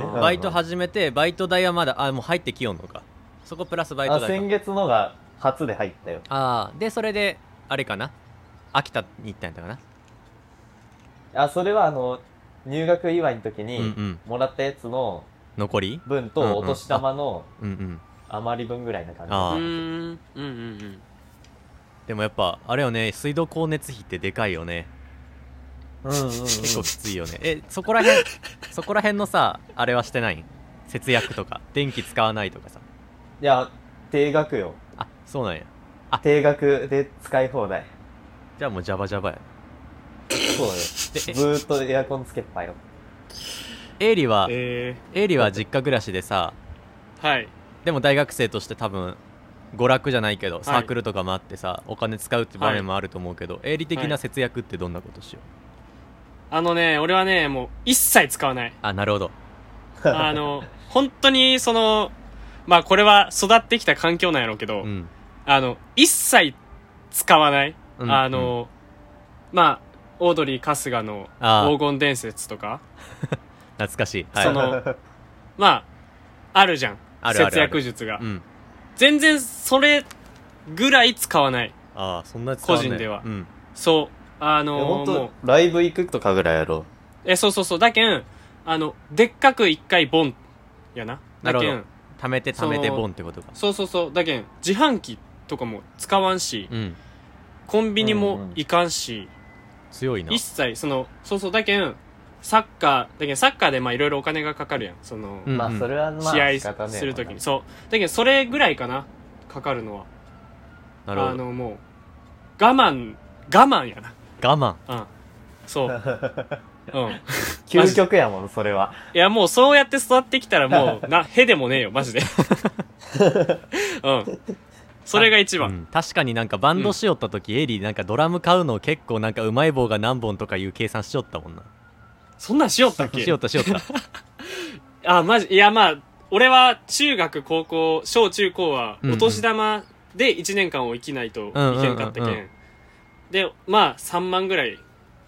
Speaker 2: ー
Speaker 3: うん
Speaker 1: バイト始めてバイト代はまだあもう入ってきよんのかそこプラスバイト
Speaker 3: あ
Speaker 1: 代
Speaker 3: 先
Speaker 1: か
Speaker 3: 月のが初で入ったよ。
Speaker 1: ああでそれであれかな秋田に行ったんやったかな
Speaker 3: あそれはあの入学祝いの時
Speaker 1: うんう
Speaker 3: に
Speaker 1: ん
Speaker 3: もらったやつの
Speaker 1: 残り
Speaker 3: 分
Speaker 1: うんうん
Speaker 3: とお年玉の
Speaker 1: うんうん
Speaker 3: 余り分ぐらいな感じ。
Speaker 1: あー
Speaker 2: うんうんうんうん
Speaker 1: でもやっぱあれよね水道光熱費ってでかいよね
Speaker 3: うんうんうん
Speaker 1: 結構きついよねえそこら辺 そこら辺のさあれはしてないん節約とか電気使わないとかさ
Speaker 3: いや定額よ。
Speaker 1: あそうなんや
Speaker 3: 定額で使い放題。
Speaker 1: じゃあもうジャバジャバや
Speaker 3: そうよ。
Speaker 1: で
Speaker 3: ずーっとエアコンつけっぱよ。
Speaker 1: エイリは、
Speaker 2: え
Speaker 1: エイリは実家暮らしでさ
Speaker 2: ー、はい
Speaker 1: でも大学生として多分娯楽じゃないけど
Speaker 2: い
Speaker 1: サークルとかもあってさ、お金使うって場面もあると思うけど、営利的な節約ってどんなことしよう、
Speaker 2: あのね俺はねもう一切使わない
Speaker 1: あなるほど
Speaker 2: あの、本当に、その、まあこれは育ってきた環境なんやろうけど、
Speaker 1: うん
Speaker 2: あの、一切使わない。
Speaker 1: うん
Speaker 2: あの、まあ、オードリー・春日の
Speaker 1: あー
Speaker 2: 黄金伝説とか、
Speaker 1: 懐かしい、はい、
Speaker 2: その、まあ、あるじゃん。
Speaker 1: あるあるある
Speaker 2: 節約術が
Speaker 1: うん
Speaker 2: 全然それぐらい使わない
Speaker 1: ああそんな使わない
Speaker 2: 個人では
Speaker 1: うん
Speaker 2: そうあ
Speaker 3: い
Speaker 2: の
Speaker 3: や
Speaker 2: ー
Speaker 3: 本
Speaker 2: もう
Speaker 3: 当ライブ行くとかぐらいやろ
Speaker 2: えそうそうそうだけんあのでっかく一回ボンやな
Speaker 1: な
Speaker 2: だ
Speaker 1: るほ
Speaker 2: け
Speaker 1: ど
Speaker 2: ん
Speaker 1: 貯めて貯めてボンってことか
Speaker 2: そうそうそうだけん自販機とかも使わんし、
Speaker 1: うん
Speaker 2: コンビニ
Speaker 3: うんう
Speaker 2: も
Speaker 3: ん
Speaker 2: 行かんし、
Speaker 1: 強いな
Speaker 2: 一切そのそうそうだけんサッカーだけんサッカーでまあいろいろお金がかかるやんその、
Speaker 1: う
Speaker 3: う。
Speaker 1: ん
Speaker 3: まあ、それはまあ、
Speaker 2: 試
Speaker 3: 仕方
Speaker 2: 合
Speaker 3: ねえ
Speaker 2: するとき
Speaker 3: わ
Speaker 2: に
Speaker 3: な
Speaker 2: そうだけどそれぐらいかなかかるのは
Speaker 1: なるほ
Speaker 2: あ
Speaker 1: ど
Speaker 2: のもう我慢我慢や
Speaker 1: 我慢
Speaker 2: なうんそう うんマジ
Speaker 3: 究極やもん、それは。
Speaker 2: いやもうそうやって育ってきたらも うなへでもねえよマジでうんそれが一
Speaker 1: う
Speaker 2: 番
Speaker 1: ん、確かになんかバンドしよった時、エリーなんかドラム買うの結構なんかうまい棒が何本とかいう計算しよったもんな
Speaker 2: そんなんしよったっ
Speaker 1: しよ
Speaker 2: け
Speaker 1: ったしよ った
Speaker 2: あマジいやまあ俺は中学高校小中高は
Speaker 1: うんうん
Speaker 2: お年玉で1年間を生きないといけんかったけ
Speaker 1: うんうんうんうん
Speaker 2: んでまあ3万ぐらい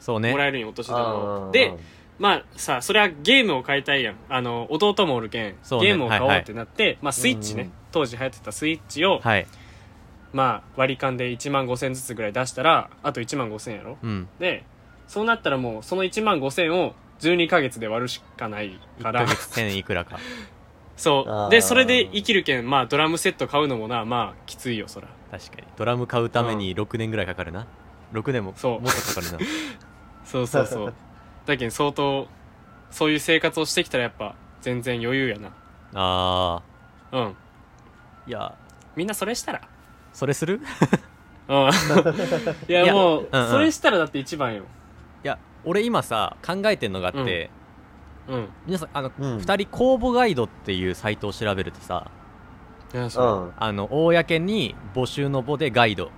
Speaker 1: そうね
Speaker 2: もらえるんよお年玉
Speaker 3: あー
Speaker 2: をで、まあさそれはゲームを買いたいやんあの弟もおるけん、
Speaker 1: そうね
Speaker 2: ゲームを買おう
Speaker 1: はいはい
Speaker 2: ってなって、まあスイッチね、
Speaker 3: うんうん
Speaker 2: 当時流行ってたスイッチを、
Speaker 1: はい
Speaker 2: まあ割り勘で1万5000ずつぐらい出したらあと1万5000やろ
Speaker 1: うん
Speaker 2: でそうなったらもうその1万5000を12ヶ月で割るしかないか
Speaker 1: 1
Speaker 2: ら
Speaker 1: ヶ月1000いくらか
Speaker 2: そ
Speaker 3: あ
Speaker 2: う
Speaker 3: ー
Speaker 2: でそれで生きるけんまあドラムセット買うのもなまあきついよそら
Speaker 1: 確かにドラム買うために6年ぐらいかかるな6年も
Speaker 2: そう
Speaker 1: もっとかかるな
Speaker 2: そうそうそうだけん相当そういう生活をしてきたらやっぱ全然余裕やな
Speaker 1: あ
Speaker 2: うん
Speaker 1: ーいや
Speaker 2: みんなそれしたら
Speaker 1: それする
Speaker 2: うんい
Speaker 1: い
Speaker 2: や
Speaker 1: や
Speaker 2: もう、
Speaker 1: うんうん
Speaker 2: それしたらだって一番よ
Speaker 1: いや俺今さ考えてんのがあって、
Speaker 2: うん
Speaker 1: 皆さんあの、
Speaker 3: うん
Speaker 1: 2人公募ガイドっていうサイトを調べるとさ
Speaker 2: いや
Speaker 3: う
Speaker 2: そ
Speaker 3: ん。
Speaker 1: あの公に募集の募でガイドっ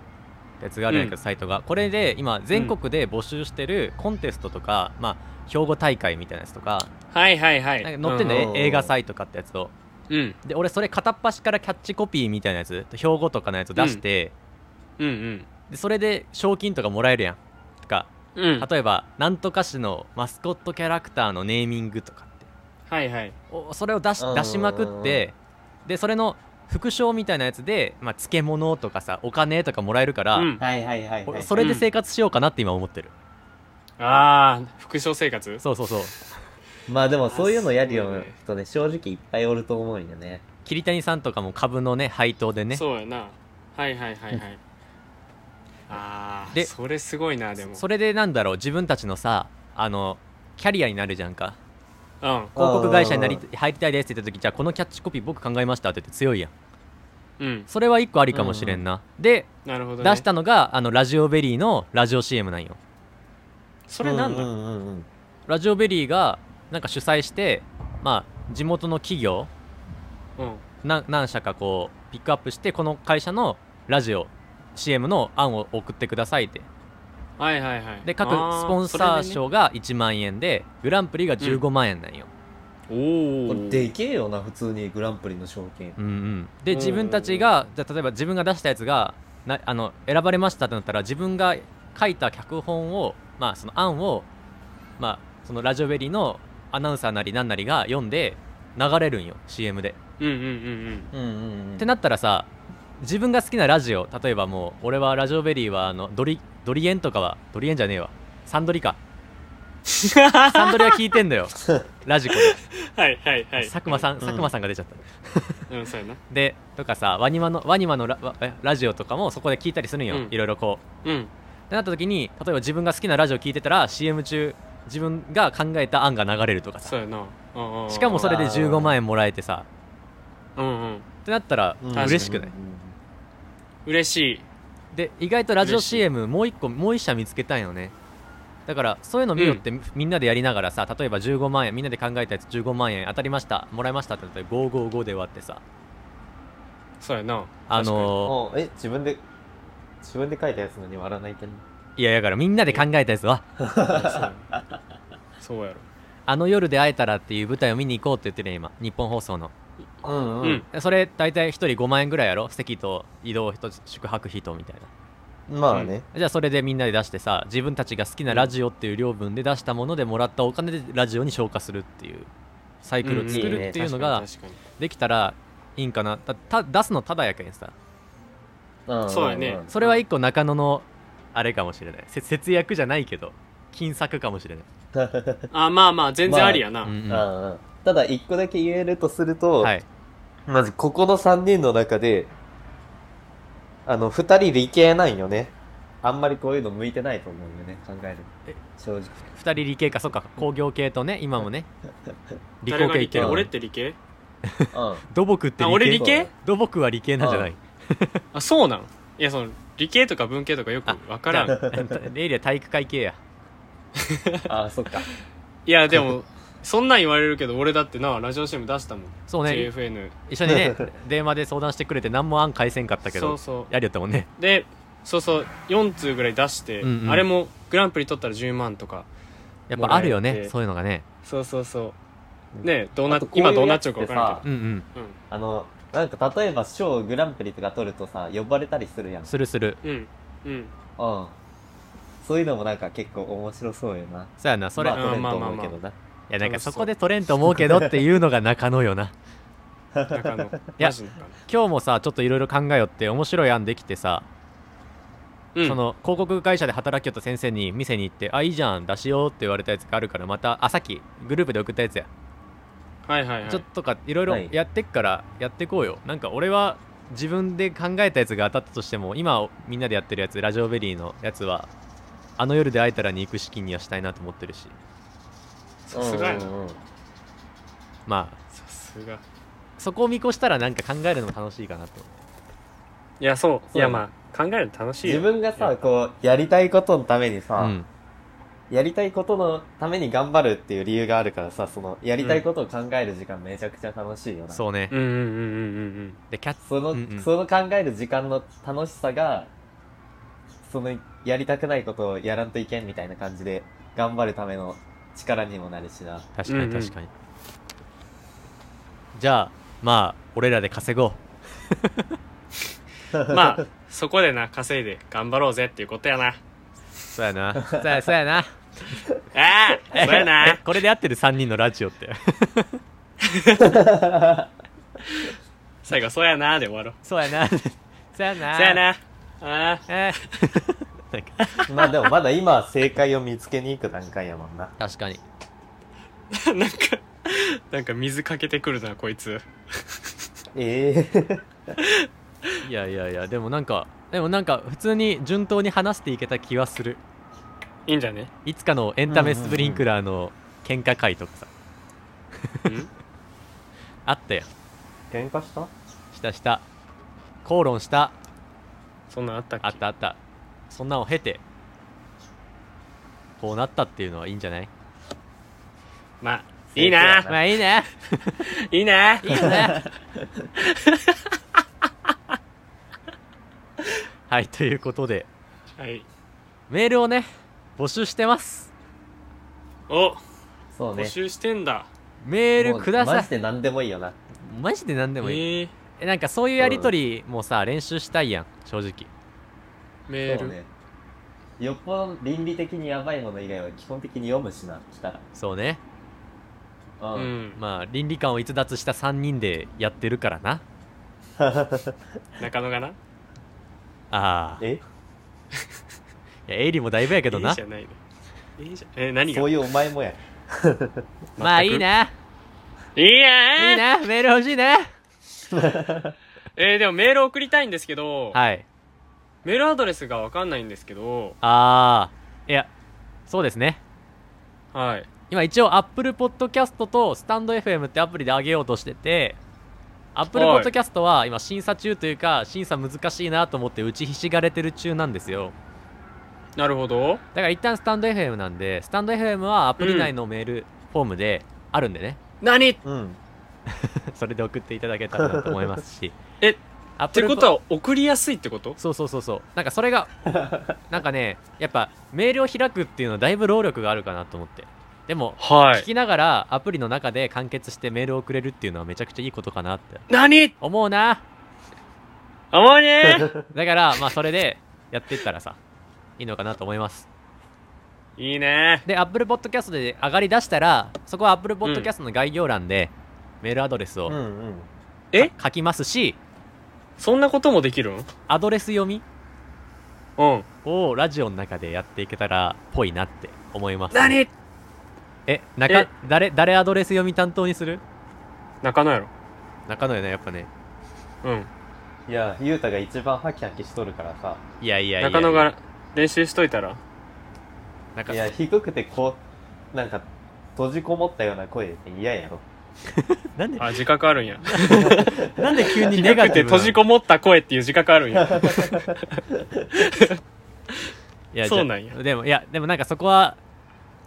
Speaker 1: てやつがあるんやけど、
Speaker 2: うん
Speaker 1: サイトがこれで今全国で募集してるコンテストとか、まあ兵庫大会みたいなやつとか
Speaker 2: うはいはいはい
Speaker 1: なんか載ってんだ
Speaker 3: ね
Speaker 1: よ、
Speaker 3: うん
Speaker 1: 映画祭とかってやつを
Speaker 2: うんうん
Speaker 1: で俺それ片っ端からキャッチコピーみたいなやつ兵庫とかのやつ出して、
Speaker 2: うん
Speaker 1: でそれで賞金とかもらえるやんとか
Speaker 2: うんうん
Speaker 1: 例えばなんとか市のマスコットキャラクターのネーミングとかって
Speaker 2: はいはい
Speaker 1: おそれを出し
Speaker 3: うんうんうんう
Speaker 1: 出
Speaker 3: ん
Speaker 1: しまくってでそれの副賞みたいなやつで、まあ、漬物とかさお金とかもらえるから、
Speaker 2: うん
Speaker 3: はいはいはいはい。
Speaker 1: それで生活しようかなって今思ってる、
Speaker 2: ああ副賞生活
Speaker 1: そうそうそう
Speaker 3: まあでもそういうのやる
Speaker 2: あそう
Speaker 3: よ
Speaker 2: ね
Speaker 3: 人ね、正直いっぱいおると思うんよね。
Speaker 1: 桐谷さんとかも株のね配当でね
Speaker 2: そうやなはいはいはいはいああ
Speaker 1: で
Speaker 2: それすごいなでも
Speaker 1: それでなんだろう自分たちのさあのキャリアになるじゃんか
Speaker 2: うん
Speaker 1: 広告会社になり
Speaker 3: うん
Speaker 1: 入りたいですって言った時じゃあこのキャッチコピー僕考えましたって言って強いやん
Speaker 2: うん
Speaker 1: それは一個ありかもしれんな、で
Speaker 2: なるほどね
Speaker 1: 出したのがあのラジオベリーのラジオ CM なんよ
Speaker 2: それなんだ
Speaker 3: うんうんうん
Speaker 1: ラジオベリーがなんか主催してまあ地元の企業
Speaker 2: うん
Speaker 1: な何社かこうピックアップしてこの会社のラジオ CM の案を送ってくださいって
Speaker 2: はいはいはい
Speaker 1: で各スポンサー賞が1万円でグランプリが15万円なんよ、
Speaker 2: お
Speaker 3: う
Speaker 2: お
Speaker 3: ん。これでけえよな、普通にグランプリの賞金。
Speaker 1: うんうん、で自分たちがじゃあ例えば自分が出したやつがなあの選ばれましたってなったら自分が書いた脚本を、まあ、その案を、まあ、そのラジオベリーのアナウンサーなりなんなりが読んで流れるんよ CM で。
Speaker 2: うんうんうん
Speaker 3: うんうんうん。
Speaker 1: ってなったらさ自分が好きなラジオ例えばもう俺はラジオベリーはあのドリドリエンとかはドリエンじゃねえわサンドリ かサンドリは聞いてんだよラジコで
Speaker 2: うんはいはいはい
Speaker 1: 佐久間さん
Speaker 3: ん
Speaker 1: 佐久間さんが出ちゃった。
Speaker 2: うんそうやな
Speaker 1: でとかさワニマのワニマのラわえラジオとかもそこで聞いたりするんよ、
Speaker 2: うん
Speaker 1: いろいろこう
Speaker 2: うん
Speaker 1: ってなった時に例えば自分が好きなラジオ聞いてたら CM 中自分が考えた案が流れるとか
Speaker 2: そ
Speaker 1: さ
Speaker 2: うやなうんうんうん
Speaker 1: しかもそれで
Speaker 3: あー
Speaker 1: 15万円もらえてさ
Speaker 2: うんうん
Speaker 1: ってなったら
Speaker 3: うん
Speaker 1: 嬉しくない、
Speaker 3: うんうんうん
Speaker 2: 嬉しい
Speaker 1: で意外とラジオ
Speaker 2: 嬉しい
Speaker 1: CM もう一個もう一社見つけたんよねだからそういうの見よって、みんなでやりながらさ例えば15万円みんなで考えたやつ15万円当たりましたもらいましたってなったら555で終わってさ
Speaker 2: そうやな
Speaker 1: あの
Speaker 3: おえ、自分で、自分で書いたやつのに割らないとね。
Speaker 1: ーいやだからみんなで考えたやつは
Speaker 2: 確かにそうそうやろ
Speaker 1: あの夜で会えたらっていう舞台を見に行こうって言ってるやん今日本放送の
Speaker 3: うん
Speaker 2: うん。
Speaker 1: それ大体1人5万円ぐらいやろ席と移動費と宿泊費とみたいな
Speaker 3: まあね。
Speaker 1: じゃあそれでみんなで出してさ自分たちが好きなラジオっていう量分で出したものでもらったお金でラジオに消化するっていうサイクルを作るっていうのが
Speaker 2: 確かに確かに
Speaker 1: できたらいいんかなたた出すのただやけんさ
Speaker 3: うん
Speaker 2: そうやね
Speaker 3: んん
Speaker 1: それは一個中野のあれかもしれないせ節約じゃないけど金策かもしれない、
Speaker 2: あまあまあ全然ありやな、
Speaker 1: うんうん
Speaker 3: うんうんただ一個だけ言えるとすると、
Speaker 1: はい
Speaker 3: まずここの3人の中であの2人理系ないよねあんまりこういうの向いてないと思うよね考え
Speaker 1: え
Speaker 3: る正直
Speaker 1: 2人理系かそっか工業系とね今も ね理
Speaker 2: 誰
Speaker 1: 工
Speaker 2: が
Speaker 1: 系い
Speaker 2: 理
Speaker 1: け
Speaker 2: 系
Speaker 1: る
Speaker 2: 俺って理系
Speaker 3: うん
Speaker 1: 土木って
Speaker 2: あ
Speaker 1: 理系
Speaker 2: 俺理系
Speaker 1: 土
Speaker 3: そ
Speaker 1: 木は理系なんじゃない
Speaker 2: あそうなんいやその理系とか文系とかよくわから
Speaker 1: じゃ
Speaker 2: ん
Speaker 1: あレイリは体育会系や
Speaker 3: ああそっか
Speaker 2: いやでもそんなん言われるけど俺だってなラジオ CM 出したもん、
Speaker 1: そうね
Speaker 2: JFN
Speaker 1: 一緒に ね電話で相談してくれて何も案返せんかったけ
Speaker 2: そう
Speaker 1: ど
Speaker 2: そ
Speaker 1: やりよったもんね
Speaker 2: うでそうそう4通ぐらい出して、
Speaker 1: うんうん
Speaker 2: あれもグランプリ取ったら10万とか
Speaker 1: やっぱあるよ
Speaker 2: もらえ
Speaker 1: ね
Speaker 2: て
Speaker 1: そういうのがね
Speaker 2: そうそうそうねえどうな
Speaker 3: あとこういう
Speaker 2: 今どうなっちゃうか分からん
Speaker 3: やつっ
Speaker 1: うんうん
Speaker 2: けど
Speaker 3: あのなんか例えば賞グランプリとか取るとさ呼ばれたりするやんうん
Speaker 1: するする
Speaker 2: うんうんうん
Speaker 3: そういうのもなんか結構面白そうよな
Speaker 1: そうやなそれ、
Speaker 3: ま
Speaker 1: い
Speaker 3: あ、取れんと思うけどな、
Speaker 1: やなんか
Speaker 2: 楽しそ
Speaker 1: そうこで取れんと思うけどっていうのが中野よな
Speaker 2: 中野
Speaker 1: や
Speaker 2: マジの中
Speaker 1: 今日もさちょっといろいろ考えよって面白い案できてさ、
Speaker 2: 野うん
Speaker 1: その広告会社で働きよった先生に店に行って「あいいじゃん出しよう」って言われたやつがあるからまたあさっきグループで送ったやつや、
Speaker 2: はいはいはい
Speaker 1: ちょっとかいろいろ
Speaker 3: はい
Speaker 1: やってっからやってこうよ、なんか俺は自分で考えたやつが当たったとしても今みんなでやってるやつラジオベリーのやつはあの夜で会えたらに行く資金にはしたいなと思ってるし
Speaker 2: さすがやな
Speaker 3: うんうんうん
Speaker 1: まあ
Speaker 2: さすが
Speaker 1: そこを見越したらなんか考えるのも楽しいかなと
Speaker 2: いやそう
Speaker 3: そう
Speaker 2: いやまあ考えるの楽しいよ
Speaker 3: 自分がさこうやりたいことのためにさ、
Speaker 1: うん
Speaker 3: やりたいことのために頑張るっていう理由があるからさそのやりたいことを考える時間めちゃくちゃ楽しいよな、
Speaker 1: そうね、
Speaker 2: うんうんうんうんうん
Speaker 1: でキャッ
Speaker 3: その、
Speaker 1: うんうん
Speaker 3: その考える時間の楽しさがそのやりたくないことをやらんといけんみたいな感じで頑張るための力にもなるし な
Speaker 1: 確か
Speaker 2: うん
Speaker 1: に
Speaker 2: うん
Speaker 1: 確かに、じゃあまあ俺らで稼ごう
Speaker 2: うんまあそこでな稼いで頑張ろうぜっていうことやな
Speaker 1: そうやな そうやそうやな
Speaker 2: ああそうや
Speaker 1: え
Speaker 2: な
Speaker 1: これで合ってる3人のラジオって
Speaker 2: 最 後そうやなで終わろう
Speaker 1: そうやなそうやな
Speaker 2: そうやなあ
Speaker 1: えーなんか
Speaker 3: まあでもまだ今は正解を見つけに行く段階やもんな
Speaker 1: 確かに
Speaker 2: あなんかなんか水かけてくるなこいつ
Speaker 3: ええ
Speaker 1: いやいやいやでもなんかでもなんか普通に順当に話していけた気はする
Speaker 2: いいんじゃね
Speaker 1: いつかのエンタメスプリンクラーの喧嘩会とかさ、
Speaker 2: うん
Speaker 1: あったよ
Speaker 3: 喧嘩した
Speaker 1: したした口論した
Speaker 2: そんなんあったっけ
Speaker 1: あったあったそんなんを経てこうなったっていうのはいいんじゃない
Speaker 2: まあいいな
Speaker 1: まあいいね
Speaker 2: いいない
Speaker 1: いよね はいということで
Speaker 2: はい
Speaker 1: メールをね募集してます
Speaker 2: お
Speaker 3: そう
Speaker 2: 募
Speaker 3: ね
Speaker 2: 集してんだ
Speaker 1: メー
Speaker 3: も
Speaker 1: ル
Speaker 3: う
Speaker 1: くださ
Speaker 3: マジ
Speaker 1: い
Speaker 3: で何でもいいよな
Speaker 1: マジで何でもいい、
Speaker 2: えー
Speaker 1: えなんかそういうやり取りもさ練習したいやん正直
Speaker 2: メー
Speaker 3: そう
Speaker 2: ル
Speaker 3: ねよっぽど倫理的にやばいもの以外は基本的に読むしな来た
Speaker 1: そうね
Speaker 3: ら
Speaker 2: う
Speaker 3: うん、
Speaker 2: ん
Speaker 1: まあ倫理観を逸脱した3人でやってるからな
Speaker 2: 中野がな
Speaker 1: ああ
Speaker 3: え
Speaker 1: いやエイリもだいぶやけど
Speaker 2: い
Speaker 1: ない
Speaker 2: じゃないのいいじゃえ何が
Speaker 3: そういうお前もや
Speaker 1: まあいいね
Speaker 2: いいや
Speaker 1: いい
Speaker 2: ー
Speaker 1: ねメール欲しいね
Speaker 2: えーでもメール送りたいんですけど
Speaker 1: はい
Speaker 2: メールアドレスがわかんないんですけど
Speaker 1: ああいやそうですね
Speaker 2: はい
Speaker 1: 今一応 Apple Podcast とスタンド FM ってアプリで上げようとしてて Apple
Speaker 2: はい
Speaker 1: Podcast は今審査中というか審査難しいなと思って打ちひしがれてる中なんですよ
Speaker 2: なるほど
Speaker 1: だから一旦スタンド FM なんでスタンド FM はアプリ内のメールフォームであるんでね、
Speaker 2: 何っ
Speaker 3: うん
Speaker 1: それで送っていただけたらなと思いますし
Speaker 2: えってこと
Speaker 1: は
Speaker 2: は送りやすいってこと
Speaker 1: そうそうそうそうなんかそれ がなんかねやっぱメールを開くっていうのはだいぶ労力があるかなと思ってでも
Speaker 2: は
Speaker 1: 聞きながらアプリの中で完結してメールを送れるっていうのはめちゃくちゃいいことかなって
Speaker 2: 何
Speaker 1: 思うな
Speaker 2: あまね
Speaker 1: だからまあそれでやっていったらさいいのかなと思います
Speaker 2: いいね
Speaker 1: で Apple Podcast で上がりだしたらそこは Apple Podcast の概要欄でメールアドレス
Speaker 3: うんう
Speaker 1: を
Speaker 3: ん
Speaker 2: え
Speaker 1: 書きますし
Speaker 2: そんなこともできるん
Speaker 1: アドレス読み
Speaker 2: うん
Speaker 1: をラジオの中でやっていけたらぽいなって思います
Speaker 2: 何
Speaker 1: え中
Speaker 2: え
Speaker 1: 誰誰アドレス読み担当にする
Speaker 2: 中野やろ
Speaker 1: 中野よねやっぱね
Speaker 2: うん
Speaker 3: いや、ゆうたが一番ハキハキしとるからさ。
Speaker 1: いやいやいや
Speaker 2: 中野が練習しといたら
Speaker 1: なんか
Speaker 3: いや、低くてこう、なんか、閉じこもったような声で嫌やろ。
Speaker 1: なんで
Speaker 2: あ自覚あるんや
Speaker 1: なんで急にネ
Speaker 2: 低
Speaker 1: ガ
Speaker 2: く
Speaker 1: テ
Speaker 2: て
Speaker 1: ィブなの
Speaker 2: 閉じこもった声っていう自覚ある んや
Speaker 1: いや
Speaker 2: そうなんや
Speaker 1: じゃあでもいやでもなんかそこは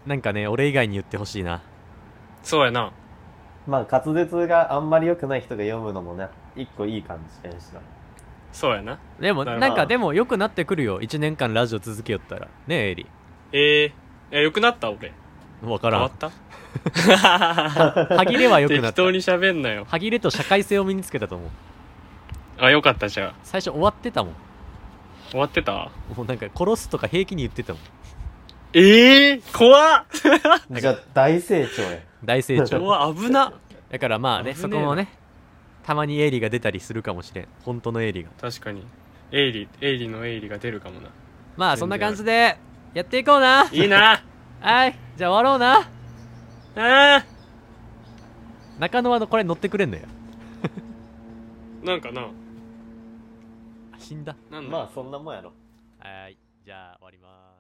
Speaker 1: なんかね俺以外に言ってほしいな
Speaker 2: そうやな
Speaker 3: まあ、滑舌があんまり良くない人が読むのもね、一個いい感じやしな。
Speaker 2: そうやな
Speaker 1: でも
Speaker 2: なる
Speaker 1: な
Speaker 2: ほ
Speaker 1: ん
Speaker 2: ど
Speaker 1: かでも良くなってくるよ1年間ラジオ続けよったらねえエリ
Speaker 2: えー、えよくなった俺
Speaker 1: 分か
Speaker 2: 変
Speaker 1: ら
Speaker 2: わ
Speaker 1: ん
Speaker 2: った
Speaker 1: 歯切れ は良くな
Speaker 2: 適
Speaker 1: った
Speaker 2: 当に喋んなよ
Speaker 1: 歯切れと社会性を身につけたと思う
Speaker 2: あよかったじゃあ
Speaker 1: 最初終わってたもん
Speaker 2: 終わってた
Speaker 1: もうなんか殺すとか平気に言ってたもん
Speaker 2: ええー、怖 っ
Speaker 3: じゃあ、大成長や。
Speaker 1: 大成 長
Speaker 2: 怖っ危なっ
Speaker 1: だからまあね
Speaker 2: 危ねえ
Speaker 1: そこもねたまにエイリが出たりするかもしれん本当のエイリが
Speaker 2: 確かにエイリエイリのエイリが出るかもな
Speaker 1: まあそんな感じでやっていこうない
Speaker 2: い な
Speaker 1: はいじゃあ終わろうな
Speaker 2: あ
Speaker 1: 中野はこれ乗ってくれんのよ
Speaker 2: ーなんかな
Speaker 1: あ死んだ
Speaker 2: なんだ
Speaker 3: まあ、そんなもんやろ。
Speaker 1: はいじゃあ終わります